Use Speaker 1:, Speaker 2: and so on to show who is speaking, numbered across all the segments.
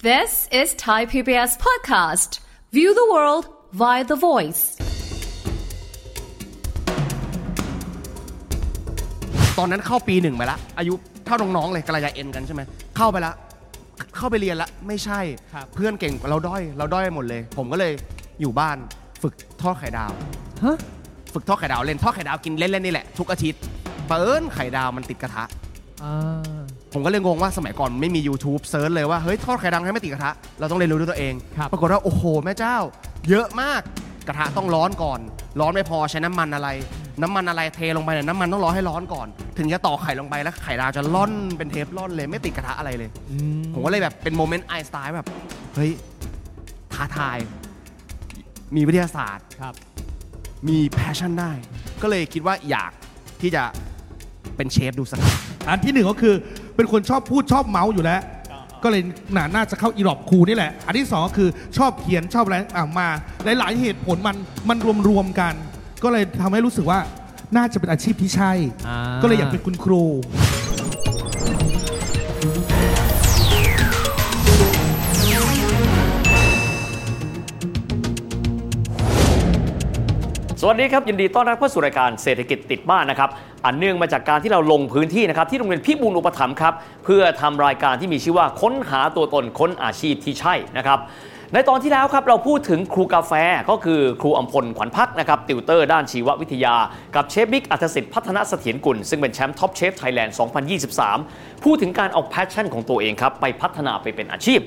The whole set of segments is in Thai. Speaker 1: This is Thai PBS podcast. View the world via the voice.
Speaker 2: ตอนนั้นเข้าปีหนึ่งไปละ อายุเท่าน้องๆเลยกระยาเอ็นกันใช่ไหมเข้าไปละ เข้าไปเรียนละ ไม่ใช่ เพื่อนเก่งกว่าเราด้อยเราด้อยหมดเลย ผมก็เลยอยู่บ้านฝึกทอดไข่ดาวฝึกทอดไข่ดาวเล่นทอดไข่ดาวกินเล่นๆนี่แหละทุกอาทิตย์เปิลไข่ดาวมันติดกระทะ ผมก็เลยงงว่าสมัยก่อนไม่มี YouTube เซิร์ชเลยว่า เฮ้ย ทอดไข่ดังให้ไม่ติดกระทะ เราต้องเรียนรู้ด้วยตัวเอง
Speaker 3: ครับ
Speaker 2: ปรากฏว่า โอ้โห แม่เจ้า เยอะมากกระทะต้องร้อนก่อน ร้อนไม่พอใช้น้ำมันอะไร น้ำมันอะไรเทลงไปเนี่ยน้ำมันต้องร้อนให้ร้อนก่อน ถึงจะต่อไข่ลงไปแล้วไข่ดาวจะล่อนเป็นเทฟลอนเลยไม่ติดกระทะอะไรเลย ผมก็เลยแบบเป็นโมเมนต์ไอน์สไตล์แบบเฮ้ยท้าทาย มีวิทยาศาสตร์
Speaker 3: ครับ
Speaker 2: มีแพชชั่นได้ ก็เลยคิดว่าอยากที่จะเป็นเชฟดูสักครั้ง
Speaker 4: อันที่หนึ่งก็คือเป็นคนชอบพูดชอบเมาส์อยู่แล้ว ก็เลยหนาน่าจะเข้าอีหลอบครูนี่แหละ อันที่สองก็คือชอบเขียนชอบอะไรอ่ามาหลาย ๆ เหตุผลมันมันรวมๆกัน ก็เลยทำให้รู้สึกว่าน่าจะเป็นอาชีพที่ใช่ ก็เลยอยากเป็นคุณครู
Speaker 5: สวัสดีครับ ยินดีต้อนรับเข้าสู่รายการเศรษฐกิจติดบ้านนะครับ อันเนื่องมาจากการที่เราลงพื้นที่นะครับ ที่โรงเรียนพิบูลอุปถัมภ์ครับ เพื่อทำรายการที่มีชื่อว่าค้นหาตัวตนค้นอาชีพที่ใช่นะครับ ในตอนที่แล้วครับเราพูดถึงครูกาแฟก็คือครูอมพลขวัญพักนะครับติวเตอร์ด้านชีววิทยา กับเชฟบิ๊กอัธสิทธิ์พัฒนเสถียรกุล ซึ่งเป็นแชมป์ท็อปเชฟไทยแลนด์2023 พูดถึงการเอาแพชชั่นของตัวเองครับไปพัฒนาไปเป็นอาชีพ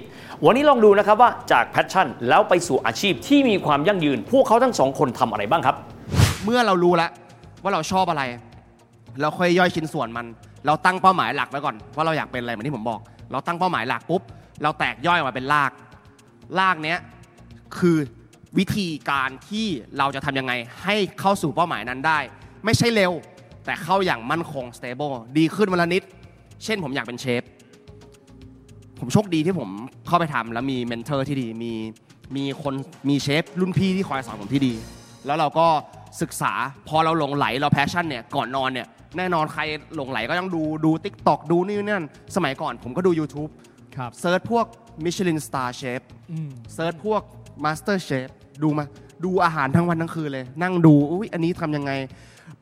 Speaker 5: วันนี้ลองดูนะครับว่าจากแพชชั่นแล้วไปสู่อาชีพที่มีความยั่งยืน พวกเขาทั้งสองคนทำอะไรบ้างครับ
Speaker 2: เมื่อเรารู้แล้วว่าเราชอบอะไร เราค่อยย่อยชิ้นส่วนมัน เราตั้งเป้าหมายหลักไว้ก่อน ว่าเราอยากเป็นอะไรเหมือนที่ผมบอก เราตั้งเป้าหมายหลักปุ๊บ เราแตกย่อยออกมาเป็นลาก ลากเนี้ยคือวิธีการที่เราจะทำยังไงให้เข้าสู่เป้าหมายนั้นได้ ไม่ใช่เร็ว แต่เข้าอย่างมั่นคง stable ดีขึ้นวันละนิด เช่นผมอยากเป็นเชฟ ผมโชคดีที่ผมเข้าไปทำแล้วมีเมนเทอร์ที่ดี มีมีคนมีเชฟรุ่นพี่ที่คอยสอนผมที่ดี แล้วเราก็ศึกษาพอเราหลงไหลเราแพชชั่นเนี่ยก่อนนอนเนี่ยแน่นอนใครหลงไหลก็ต้องดูดู t ิ k t o k ดูนี่นั่น สมัยก่อนผมก็ดู YouTube
Speaker 3: ครับ
Speaker 2: เซิร์ชพวกมิชลินสตาร์เชฟ
Speaker 3: อืม
Speaker 2: เซิร์ชพวกมาสเตอร์เชฟดูมาดูอาหารทั้งวันทั้งคืนเลย นั่งดูอุ้ยอันนี้ทำยังไง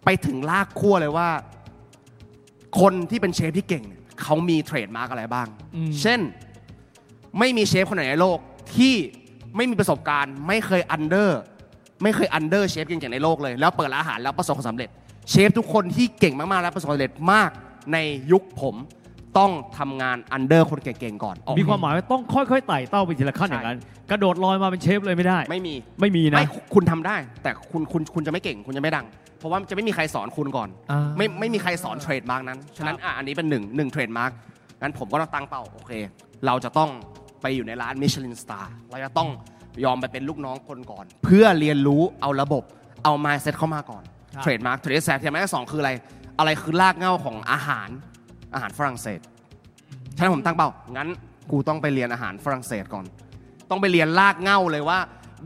Speaker 2: ไปถึงลากขั้วเลยว่า คนที่เป็นเชฟที่เก่งเนี่ยเขามีเทรดมาร์กอะไรบ้าง
Speaker 3: อืม
Speaker 2: เช่น ไม่มีเชฟคนไหนในโลกที่ไม่มีประสบการณ์ ไม่เคยอันเดอร์ไม่เคยอันเดอร์เชฟเก่งๆในโลกเลย แล้วเปิดร้านอาหารแล้วประสบความสำเร็จ เชฟทุกคนที่เก่งมากๆและประสบความสำเร็จมากในยุคผมต้องทำงานอันเดอร์คนเก่งๆก่อนออก
Speaker 3: มีความหมายว่าต้องค่อยๆไต่เต้าไปทีละขั้น
Speaker 2: ใช่
Speaker 3: อย่างนั้น กระโดดลอยมาเป็นเชฟเลยไม่ได้
Speaker 2: ไม่มี
Speaker 3: ไม่มีนะ
Speaker 2: ไม่คุณทำได้ แต่คุณคุณคุณจะไม่เก่งคุณจะไม่ดัง เพราะว่าจะไม่มีใครสอนคุณก่อน
Speaker 3: อ่า
Speaker 2: ไม่ไม่มีใครสอนเทรดมาร์กนั้น ฉะนั้นอ่ะอันนี้เป็นหนึ่งหนึ่งเทรดมาร์กงั้นผมก็ต้องตั้งเป้าโอเค เราจะต้องไปอยู่ในร้านมิชลินสตาร์เราจะต้องยอมไปเป็นลูกน้องคนก่อน เพื่อเรียนรู้เอาระบบเอา mindset เข้ามาก่อน
Speaker 3: ครับ
Speaker 2: เทรดมาร์กเทรดแซฟเทรดมาร์กสองคืออะไร อะไรคือรากเหง้าของอาหารอาหารฝรั่งเศส ฉะนั้นผมตั้งเป้า งั้นกูต้องไปเรียนอาหารฝรั่งเศสก่อน ต้องไปเรียนลากเหง่าเลยว่า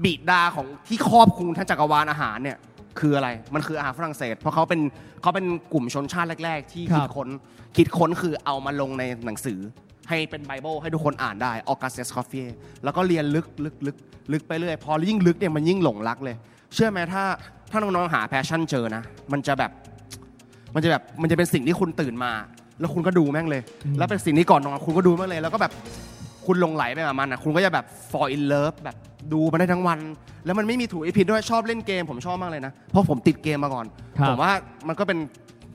Speaker 2: บิดาของที่ครอบคลุมทั้งจักรวาลอาหารเนี่ยคืออะไร มันคืออาหารฝรั่งเศส เพราะเขาเป็นเขาเป็นกลุ่มชนชาติแรก ๆ ที่คิด
Speaker 3: ครับ
Speaker 2: ค้นคิดค้นคือเอามาลงในหนังสือ ให้เป็นไบเบิลให้ทุกคนอ่านได้ออกัสเซสคอฟเฟ่แล้วก็เรียนลึกลึกลึกลึกไปเรื่อย พอยิ่งลึกเนี่ยมันยิ่งหลงรักเลย เชื่อไหมถ้าถ้าน้องๆหาแพชชั่นเจอนะ มันจะแบบ มันจะแบบมันจะเป็นสิ่งที่คุณตื่นมา แล้วคุณก็ดูแม่งเลย แล้วเป็นสิ่งที่ก่อนนอนคุณก็ดูแม่งเลย แล้วก็แบบคุณหลงไหลไปกับมันอ่ะคุณก็จะแบบ fall in love แบบดูมันได้ทั้งวัน แล้วมันไม่มีถูกไอผิดด้วยชอบเล่นเกมผมชอบมากเลยนะ เพราะผมติดเกมมาก่อน
Speaker 3: ครับ
Speaker 2: ผมว่ามันก็เป็น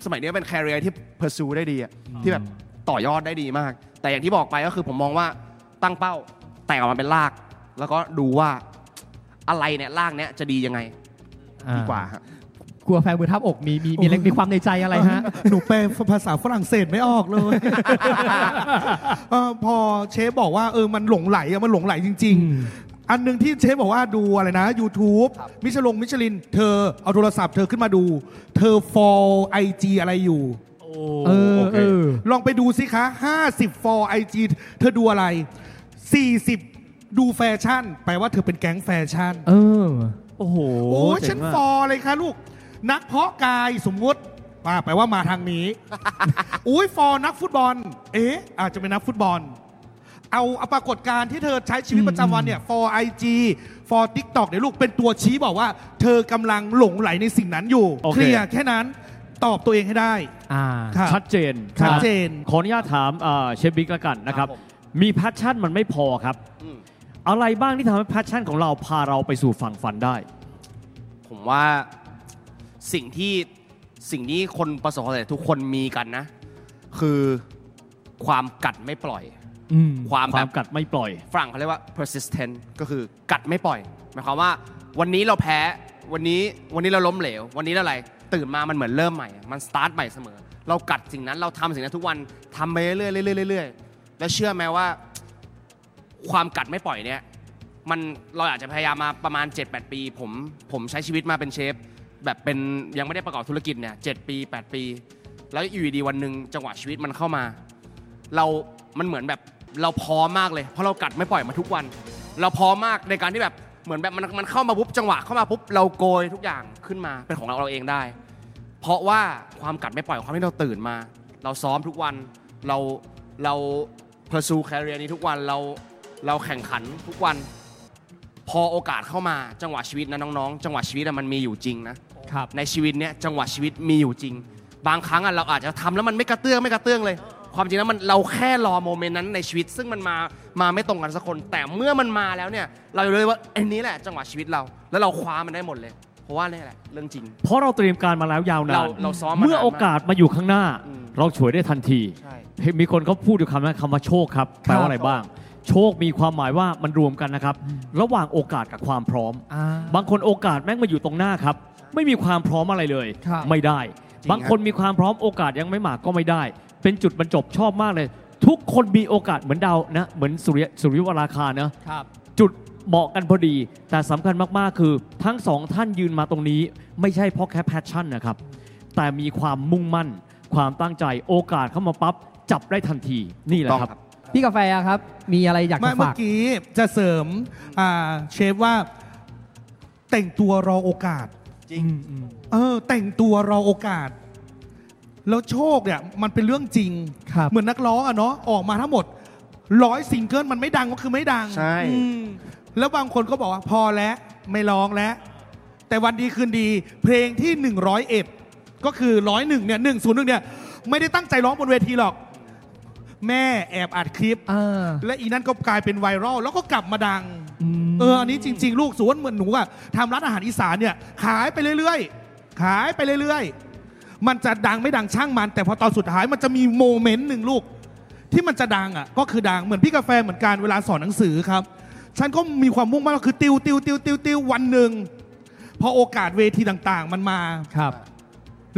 Speaker 2: สมัยนี้เป็น career ที่ pursue ได้ดีอะที่แบบต่อยอดได้ดีมาก แต่อย่างที่บอกไปก็คือผมมองว่าตั้งเป้าแต่ออกมาเป็นลาก แล้วก็ดูว่าอะไรเนี่ยลากเนี้ยจะดียังไงดีกว่าฮะ
Speaker 6: กลัวแฟนมือทับอกมีมีมีเล็กมีความในใจอะไรฮะ
Speaker 4: หนูแปลภาษาฝรั่งเศสไม่ออกเลย เออพอเชฟบอกว่าเออมันหลงไหลอะมันหลงไหลจริง ๆ อันหนึ่งที่เชฟบอกว่าดูอะไรนะ YouTube มิชลงมิชลิน เธอเอาโทรศัพท์เธอขึ้นมาดู เธอ for IG อะไรอยู่
Speaker 3: โอ้
Speaker 6: เออเออ
Speaker 4: ลองไปดูสิคะ 50 for IG เธอดูอะไร 40 ดูแฟชั่น แปลว่าเธอเป็นแก๊งแฟชั่น
Speaker 6: เออ
Speaker 3: โอ้โห
Speaker 4: โอ้ยฉัน
Speaker 3: เจ๋งมาก
Speaker 4: ฟอเลยค่ะลูก นักเพาะกายสมมติว่าแปลว่ามา ทางนี้ อุ้ยฟอนักฟุตบอล เอ๊ะอาจจะเป็นนักฟุตบอล เอาเอาปรากฏการณ์ที่เธอใช้ชีวิตประจำวันเนี่ย for IG for TikTok เดี๋ยวลูกเป็นตัวชี้บอกว่า เธอกำลังหลงไหลในสิ่งนั้นอยู่
Speaker 3: โอเค
Speaker 4: เคลียร์แค่นั้นตอบตัวเองให้ได้
Speaker 6: อ่า
Speaker 4: ครับ
Speaker 3: ชัดเจน
Speaker 4: ชัดเจน
Speaker 3: ะขออนุญาตถามอ่าเชฟบิ๊กละกันนะครับ
Speaker 2: ครับผม
Speaker 3: มีแพชชั่นมันไม่พอครับ
Speaker 2: อืม
Speaker 3: อะไรบ้างที่ทำให้แพชชั่นของเราพาเราไปสู่ฝั่งฝันได้
Speaker 2: ผมว่าสิ่งที่สิ่งที่คนประสบความสำเร็จทุกคนมีกันนะ คือความกัดไม่ปล่อย
Speaker 6: อืม
Speaker 2: ความ
Speaker 3: ค
Speaker 2: แบ
Speaker 3: วาม
Speaker 2: บ
Speaker 3: กัดไม่ปล่อย
Speaker 2: ฝรั่งเขาเรียกว่า persistent ก็คือกัดไม่ปล่อย หมายความว่าวันนี้เราแพ้ วันนี้วันนี้เราล้มเหลว วันนี้เราอะไร ตื่นมามันเหมือนเริ่มใหม่ มันสตาร์ทใหม่เสมอ เรากัดสิ่งนั้น เราทำสิ่งนั้นทุกวันทำไปเรื่อยๆเรื่อยๆเรื่อยๆแล้วเชื่อไหมว่า ความกัดไม่ปล่อยเนี่ย มันเราอาจจะพยายามมาประมาณ 7-8 ปี ผมผมใช้ชีวิตมาเป็นเชฟ แบบเป็นยังไม่ได้ประกอบธุรกิจเนี่ยเปี 8 ปี แล้วอยู่ดีๆวันหนึ่งจังหวะชีวิตมันเข้ามา เรา มันเหมือนแบบเราพร้อมมากเลย เพราะเรากัดไม่ปล่อยมาทุกวัน เราพร้อมมากในการที่แบบเหมือนแบบมันมันเข้ามาปุ๊บจังหวะเข้ามาปุ๊บเราโกยทุกอย่างขึ้นมาเป็นของเราเราเองได้ เพราะว่าความกัดไม่ปล่อยความที่เราตื่นมา เราซ้อมทุกวันเราเราเพอร์ซูแคริเอนี้ทุกวันเราเราแข่งขันทุกวัน พอโอกาสเข้ามาจังหวะชีวิตนะน้องๆ จังหวะชีวิตอะมันมีอยู่จริงนะครับ ในชีวิตเนี้ยจังหวะชีวิตมีอยู่จริง บางครั้งอะเราอาจจะทำแล้วมันไม่กระเตื้องไม่กระเตื้องเลย ความจริงแล้วมันเราแค่รอโมเมนต์นั้นในชีวิต ซึ่งมันมามาไม่ตรงกันสักคน แต่เมื่อมันมาแล้วเนี่ย เราจะรู้เลยว่าไอ้นี้แหละจังหวะชีวิตเรา แล้วเราคว้ามันได้หมดเลย เพราะว่านี่แหละเรื่องจริง
Speaker 3: เพราะเราเตรียมการมาแล้วยาวนา
Speaker 2: เรา
Speaker 3: น
Speaker 2: เราซ้อมมานานมาก
Speaker 3: เมื่อโอกาสมาอยู่ข้างหน้า
Speaker 2: อืม
Speaker 3: เราฉวยได้ทันที
Speaker 2: ใช่
Speaker 3: มีคนเขาพูดอยู่คำนั้นคำว่าโชคครับแปลว่าอะไรบ้าง โชคมีความหมายว่ามันรวมกันนะครับ ระหว่างโอกาสกับความพร้อม
Speaker 6: อ่า
Speaker 3: บางคนโอกาสแม่งมาอยู่ตรงหน้าครับ ไม่มีความพร้อมอะไรเลย
Speaker 6: ครับ
Speaker 3: ไม่ได้
Speaker 2: จริงครับ
Speaker 3: บางคนมีความพร้อมโอกาสยังไม่มาก็ไม่ได้ เป็นจุดบรรจบชอบมากเลย ทุกคนมีโอกาสเหมือนดาวนะ เหมือนสุริยสุริยวราคานะ
Speaker 6: ครับ
Speaker 3: จุดเหมาะกันพอดี แต่สำคัญมาก ๆ คือทั้งสองท่านยืนมาตรงนี้ ไม่ใช่เพราะแค่แพชชั่นนะครับ แต่มีความมุ่งมั่น ความตั้งใจโอกาสเข้ามาปั๊บ จับได้ทันทีนี่แหละครับ
Speaker 6: พี่กาแฟครับ มีอะไรอยาก
Speaker 4: ไม่
Speaker 6: จะ
Speaker 4: เมื่
Speaker 6: ฝา
Speaker 4: อก กี้จะเสริมอ่าเชฟว่าแต่งตัวรอโอกาส
Speaker 2: จริง
Speaker 4: เออแต่งตัวรอโอกาส แล้วโชคเนี่ยมันเป็นเรื่องจริง
Speaker 6: ครับ
Speaker 4: เหมือนนักร้องอะเนาะออกมาทั้งหมดร้อยซิงเกิลมันไม่ดังก็คือไม่ดัง
Speaker 2: ใช่
Speaker 4: อืมแล้วบางคนก็บอกว่าพอแล้วไม่ร้องแล้ว แต่วันดีคืนดี เพลงที่ 101 ก็คือร้อยหนึ่งเนี่ยหนึ่งศูนย์หนึ่งเนี่ยไม่ได้ตั้งใจร้องบนเวทีหรอก แม่แอบอัดคลิป
Speaker 6: อ่า
Speaker 4: และอีนั่นก็กลายเป็นไวรัลแล้วก็กลับมาดัง เอออันนี้จริง ๆ ลูกสวนเหมือนหนูอะทำร้านอาหารอีสานเนี่ย ขายไปเรื่อยๆ ขายไปเรื่อยๆ มันจะดังไม่ดังช่างมัน แต่พอตอนสุดท้ายมันจะมีโมเมนต์หนึ่งลูก ที่มันจะดังอ่ะก็คือดังเหมือนพี่กาแฟเหมือนกันเวลาสอนหนังสือครับ ฉันก็มีความมุ่งมั่นก็คือติวติวติวติวติววันหนึ่งพอโอกาสเวทีต่างๆ มันมา
Speaker 6: ครับ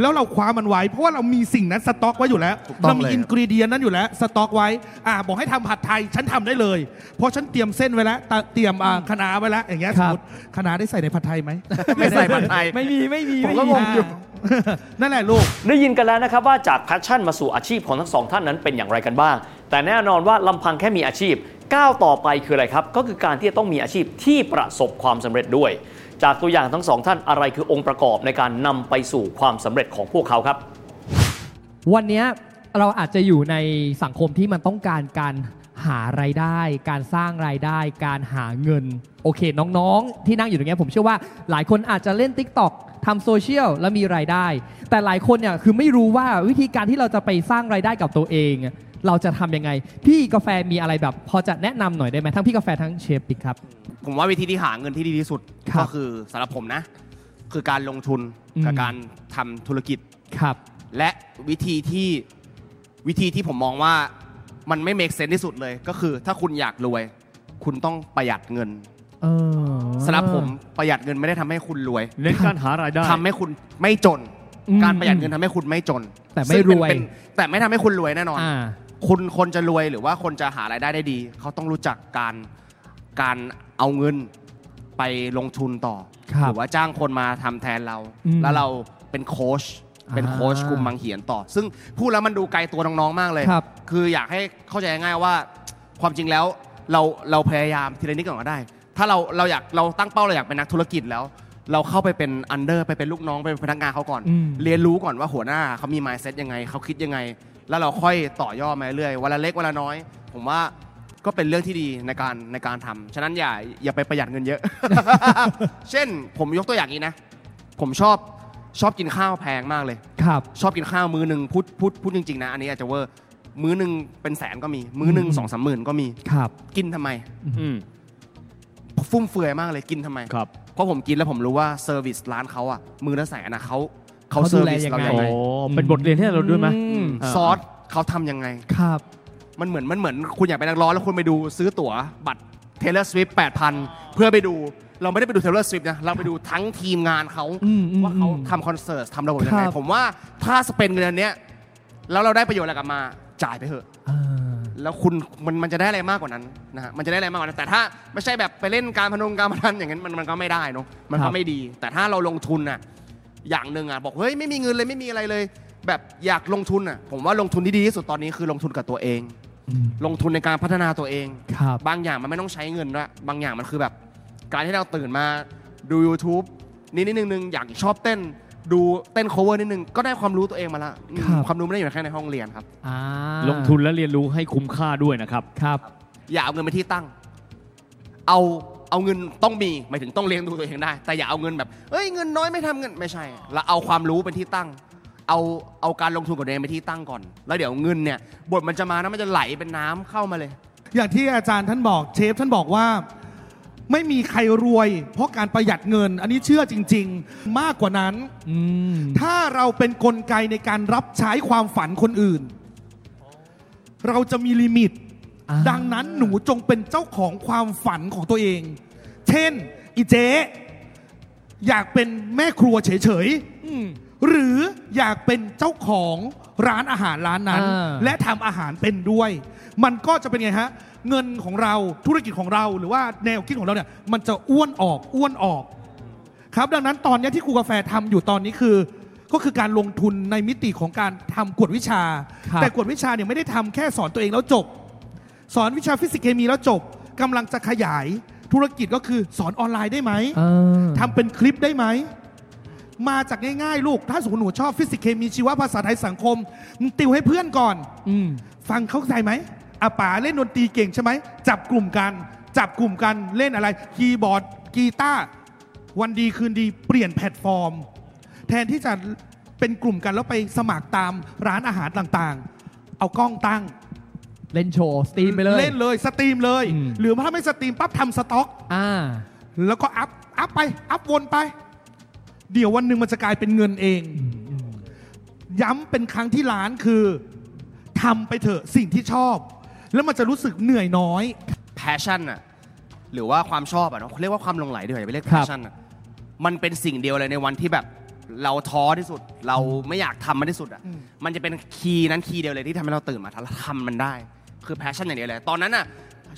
Speaker 4: แล้วเราคว้ามันไว้ เพราะว่าเรามีสิ่งนั้นสต็อกไว้อยู่แล้ว
Speaker 2: ถูกต้อง
Speaker 4: เรามี
Speaker 2: เลยครับ
Speaker 4: อินกรีเดียนนั้นอยู่แล้วสต็อกไว้อ่าบอกให้ทำผัดไทยฉันทำได้เลย เพราะฉันเตรียมเส้นไว้แล้วตะเตรียมอ่าคะน้าไว้แล้วอย่างเงี้ย
Speaker 6: ค
Speaker 4: ส
Speaker 6: รั
Speaker 4: ม
Speaker 6: บ
Speaker 4: มติคะน้าได้ใส่ในผัดไทยไหม
Speaker 2: ไม่ใส่ผัดไทย
Speaker 6: ไม่มีไม่มี
Speaker 2: ผมก็ งงอยู่
Speaker 4: า นั่นแหละลูก
Speaker 5: ได้ยินกันแล้วนะครับว่าจากแพชชั่นมาสู่อาชีพของทั้งสองท่านนั้นเป็นอย่างไรกันบ้าง แต่แน่นอนว่าลำพังแค่มีอาชีพก้าวต่อไปคืออะไรครับ ก็คือการที่จะต้องมีอาชีพที่ประสบความสำเร็จด้วย จากตัวอย่างทั้งสองท่านอะไรคือองค์ประกอบในการนำไปสู่ความสำเร็จของพวกเขาครับ
Speaker 6: วันเนี้ยเราอาจจะอยู่ในสังคมที่มันต้องการการหารายได้ การสร้างรายได้ การหาเงิน โอเค น้องๆ ที่นั่งอยู่ตรงเนี้ยผมเชื่อว่าหลายคนอาจจะเล่น Tik t o อกทำโซเชียลแล้วมีรายได้ แต่หลายคนเนี่ยคือไม่รู้ว่าวิธีการที่เราจะไปสร้างรายได้กับตัวเอง เราจะทำยังไง พี่กาแฟมีอะไรแบบ พอจะแนะนำหน่อยได้ไหมทั้งพี่กาแฟทั้งเชฟปิกครับ
Speaker 2: ผมว่าวิธีที่หาเงินที่ดีที่สุด
Speaker 6: ครับ
Speaker 2: ก็คือสำหรับผมนะ คือการลงทุน
Speaker 6: อืม
Speaker 2: กับการทำธุรกิจ
Speaker 6: ครับ
Speaker 2: และวิธีที่วิธีที่ผมมองว่ามันไม่ make sense ที่สุดเลย ก็คือถ้าคุณอยากรวย คุณต้องประหยัดเงิน
Speaker 6: เออ
Speaker 2: สำหรับผมประหยัดเงินไม่ได้ทำให้คุณรวย
Speaker 3: เน้นการหารายได้
Speaker 2: ทำให้คุณไม่จน
Speaker 6: อืม
Speaker 2: การประหยัดเงินทำให้คุณไม่จน
Speaker 6: แต่ไม่
Speaker 2: ซึ่งเป็น
Speaker 6: รวย
Speaker 2: เป็นแต่ไม่ทำให้คุณรวยแน่นอน
Speaker 6: อ่า
Speaker 2: คุณคนจะรวยหรือว่าคนจะหารายได้ได้ดี เขาต้องรู้จักการการเอาเงินไปลงทุนต่อ
Speaker 6: ครับ
Speaker 2: หรืว่าจ้างคนมาทำแทนเรา
Speaker 6: อืม
Speaker 2: แล้วเราเป็นโค้ชเป็นโค้ช
Speaker 6: อ่าก
Speaker 2: ลุ่มบางเหียนต่อ ซึ่งพูดแล้วมันดูไกลตัวน้องๆมากเลย
Speaker 6: ครับ
Speaker 2: ออยากให้เข้าใจง่ายๆว่า ความจริงแล้วเราเราพยายามทีละนิดก่อนก็ได้ ถ้าเราเราอยากเราตั้งเป้าเราอยากเป็นนักธุรกิจแล้ว เราเข้าไปเป็นอันเดอร์ไปเป็นลูกน้องไปเป็นพนักงานเขาก่อน
Speaker 6: อืม
Speaker 2: เรียนรู้ก่อนว่าหัวหน้าเขามี mindset ยังไงเขาคิดยังไง แล้วเราค่อยต่อยอดมาเรื่อยวันละเล็กวันละน้อย ผมว่า ก็เป็นเรื่องที่ดีในการในการทำฉะนั้นอย่าอย่าไปประหยัดเงินเยอะ เช่นผมยกตัวอย่างนี้นะ ผมชอบชอบกินข้าวแพงมากเลย
Speaker 6: ครับ
Speaker 2: ชอบกินข้าวมื้อหนึ่งพูดพูดพูดจริงๆนะ อันนี้อาจจะเวอร์มื้อหนึ่งเป็นแสนก็มี มื้อหนึ่ง
Speaker 6: อืม
Speaker 2: สองสามหมื่นก็มี
Speaker 6: ครับ
Speaker 2: กินทำไม
Speaker 3: อืม
Speaker 2: ฟุ่มเฟือยมากเลยกินทำไม
Speaker 3: ครับ
Speaker 2: เพราะผมกินแล้วผมรู้ว่าเซอร์วิสร้านเขาอะมือละแสนนะเขาเขา
Speaker 6: เขา
Speaker 2: เซ
Speaker 6: ดู
Speaker 2: อร์
Speaker 6: แล
Speaker 2: วิส
Speaker 6: ยัง
Speaker 2: เราอ
Speaker 6: ไง
Speaker 3: โอ้
Speaker 2: ย่างไร
Speaker 3: เป็นบทเรียนให้เราด้วยไหม
Speaker 6: อืม
Speaker 3: เ
Speaker 2: ซอสเขาทำยังไง
Speaker 6: ครับ
Speaker 2: มันเหมือนมันเหมือนคุณอยากเป็นนักร้องแล้วคุณไปดูซื้อตั๋วบัตร Taylor Swift 8,000 เพื่อไปดูเราไม่ได้ไปดู Taylor Swift นะเราไปดูทั้งทีมงานเขา
Speaker 6: อืมอืม
Speaker 2: ว่าเขา
Speaker 6: อืม
Speaker 2: ทำคอนเสิร์ตทำระบบยังไง
Speaker 6: ครับ
Speaker 2: ผมว่าถ้าสเปนเงินอันเนี้ยแล้วเราได้ประโยชน์อะไรกลับมาจ่ายไปเถอะ
Speaker 6: อ่า
Speaker 2: แล้วคุณมันมันจะได้อะไรมากกว่านั้นนะฮะมันจะได้อะไรมากกว่านั้น แต่ถ้าไม่ใช่แบบไปเล่นการพนงการพนันอย่างนั้นมันมันก็ไม่ได้เนาะมัน
Speaker 6: ครั
Speaker 2: ก็
Speaker 6: บ
Speaker 2: ไม่ดี แต่ถ้าเราลงทุนน่ะอย่างหนึ่งอ่ะบอกเฮ้ยไม่มีเงินเลยไม่มีอะไรเลย แบบอยากลงทุนอ่ะผมว่าลงทุนที่ดีที่สุดตอนนี้คือลงทุนกับตัวเอง ลงทุนในการพัฒนาตัวเอง
Speaker 6: ครับ
Speaker 2: บางอย่างมันไม่ต้องใช้เงินด้วยบางอย่างมันคือแบบ การที่เราตื่นมาดู YouTube นิดนิดนึงนึงอยากชอบเต้น ดูเต้น cover นิดนึงก็ได้ความรู้ตัวเองมาละอืม
Speaker 6: ครับ
Speaker 2: ความรู้ไม่ได้อยู่แค่ในห้องเรียนครับ
Speaker 6: อ่า
Speaker 3: ลงทุนและเรียนรู้ให้คุ้มค่าด้วยนะครับ
Speaker 6: ครับ
Speaker 2: อย่าเอาเงินไปที่ตั้ง เอาเอาเงินต้องมีหมายถึงต้องเลี้ยงดูตัวเองได้ แต่อย่าเอาเงินแบบเอ้ยเงินน้อยไม่ทำเงินไม่ใช่เราเอาความรู้เป็นที่ตั้ง เอาเอาการลงทุนกับตัวเองเป็นที่ตั้งก่อน แล้วเดี๋ยวเงินเนี่ยบทมันจะมานะมันจะไหลเป็นน้ำเข้ามาเลย
Speaker 4: อย่างที่อาจารย์ท่านบอกเชฟท่านบอกว่าไม่มีใครรวย เพราะการประหยัดเงิน อันนี้เชื่อจริง ๆ มากกว่านั้น
Speaker 6: อืม
Speaker 4: ถ้าเราเป็นนกลไกในการรับใช้ความฝันคนอื่น เราจะมีลิมิต
Speaker 6: อ่า
Speaker 4: ดังนั้นหนูจงเป็นเจ้าของความฝันของตัวเอง เช่น อีเจ๊อยากเป็นแม่ครัวเฉยๆหรืออยากเป็นเจ้าของร้านอาหารร้านนั้น
Speaker 6: อ่า
Speaker 4: และทำอาหารเป็นด้วย มันก็จะเป็นไงฮะ เงินของเราธุรกิจของเราหรือว่าแนวคิดของเราเนี่ย มันจะอ้วนออกอ้วนออก ครับดังนั้นตอนเนี้ยที่ครูกาแฟทำอยู่ตอนนี้คือ ก็คือการลงทุนในมิติของการทำกวดวิชา
Speaker 6: ครับ
Speaker 4: แต่กวดวิชาเนี่ยไม่ได้ทำแค่สอนตัวเองแล้วจบ สอนวิชาฟิสิกส์เคมีแล้วจบกำลังจะขยายธุรกิจก็คือสอนออนไลน์ได้ไหม
Speaker 6: เออ
Speaker 4: ทำเป็นคลิปได้ไหม มาจากง่ายๆ ลูก ถ้าสมมติหนูชอบฟิสิกส์เคมีชีวะภาษาไทยสังคมมึงติวให้เพื่อนก่อน
Speaker 6: อืม
Speaker 4: ฟังเข้าใจไหมอาป๋าเล่นดนตรีเก่งใช่ไหม จับกลุ่มกัน จับกลุ่มกันเล่นอะไร คีย์บอร์ด กีตาร์ วันดีคืนดีเปลี่ยนแพลตฟอร์ม แทนที่จะเป็นกลุ่มกันแล้วไปสมัครตามร้านอาหารต่างๆ เอากล้องตั้ง
Speaker 6: เล่นโชว์ สตรีมไปเลย
Speaker 4: เล่นเลยสตรีมเลย
Speaker 6: อืม
Speaker 4: หรือถ้าไม่สตรีมปั๊บทำสต็อก
Speaker 6: อ่า
Speaker 4: แล้วก็อัพ อัพไป อัพวนไป เดี๋ยววันหนึ่งมันจะกลายเป็นเงินเอง ย้ำเป็นครั้งที่ล้านคือทำไปเถอะสิ่งที่ชอบ แล้วมันจะรู้สึกเหนื่อยน้อย
Speaker 2: passion อะหรือว่าความชอบอะเนาะเรียกว่าความหลงไหลดีกว่าอย่าไปเรียก
Speaker 6: ครับ
Speaker 2: passion อะมันเป็นสิ่งเดียวเลยในวันที่แบบเราท้อที่สุด เราไม่อยากทำมันที่สุดอะมันจะเป็นคีย์นั้นคีย์เดียวเลยที่ทำให้เราตื่นมาแล้วทำมันได้ คือ passion อย่างเดียวเลย ตอนนั้นอะ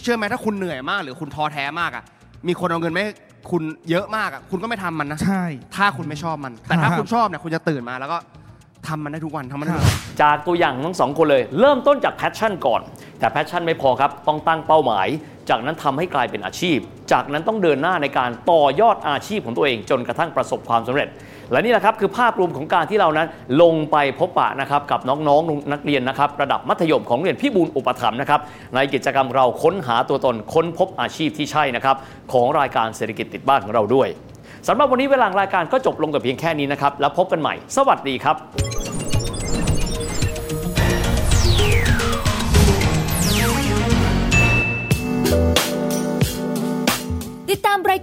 Speaker 2: เชื่อไหมถ้าคุณเหนื่อยมาก หรือคุณท้อแท้มากอะมีคนเอาเงินไม่คุณเยอะมากอะคุณก็ไม่ทำมันนะ
Speaker 4: ใช่
Speaker 2: ถ้าคุณไม่ชอบมัน แต่ถ้าคุณชอบเนี่ยคุณจะตื่นมาแล้วก็ทำมันได้ทุกวันทำมันได้ทุกวัน
Speaker 5: จากตัวอย่างทั้งสองคนเลย เริ่มต้นจากแพชชั่นก่อน แต่แพชชั่นไม่พอครับ ต้องตั้งเป้าหมาย จากนั้นทำให้กลายเป็นอาชีพ จากนั้นต้องเดินหน้าในการต่อยอดอาชีพของตัวเองจนกระทั่งประสบความสำเร็จ และนี่แหละครับคือภาพรวมของการที่เรานั้นลงไปพบปะนะครับกับน้องๆนักเรียนนะครับระดับมัธยมของโรงเรียนพิบูลอุปถัมภ์นะครับในกิจกรรมเราค้นหาตัวตนค้นพบอาชีพที่ใช่นะครับของรายการเศรษฐกิจติดบ้านของเราด้วยสำหรับวันนี้เวลารายการก็จบลงกับเพียงแค่นี้นะครับแล้วพบกันใหม่ สวัสดีครับ
Speaker 7: ติดตามราย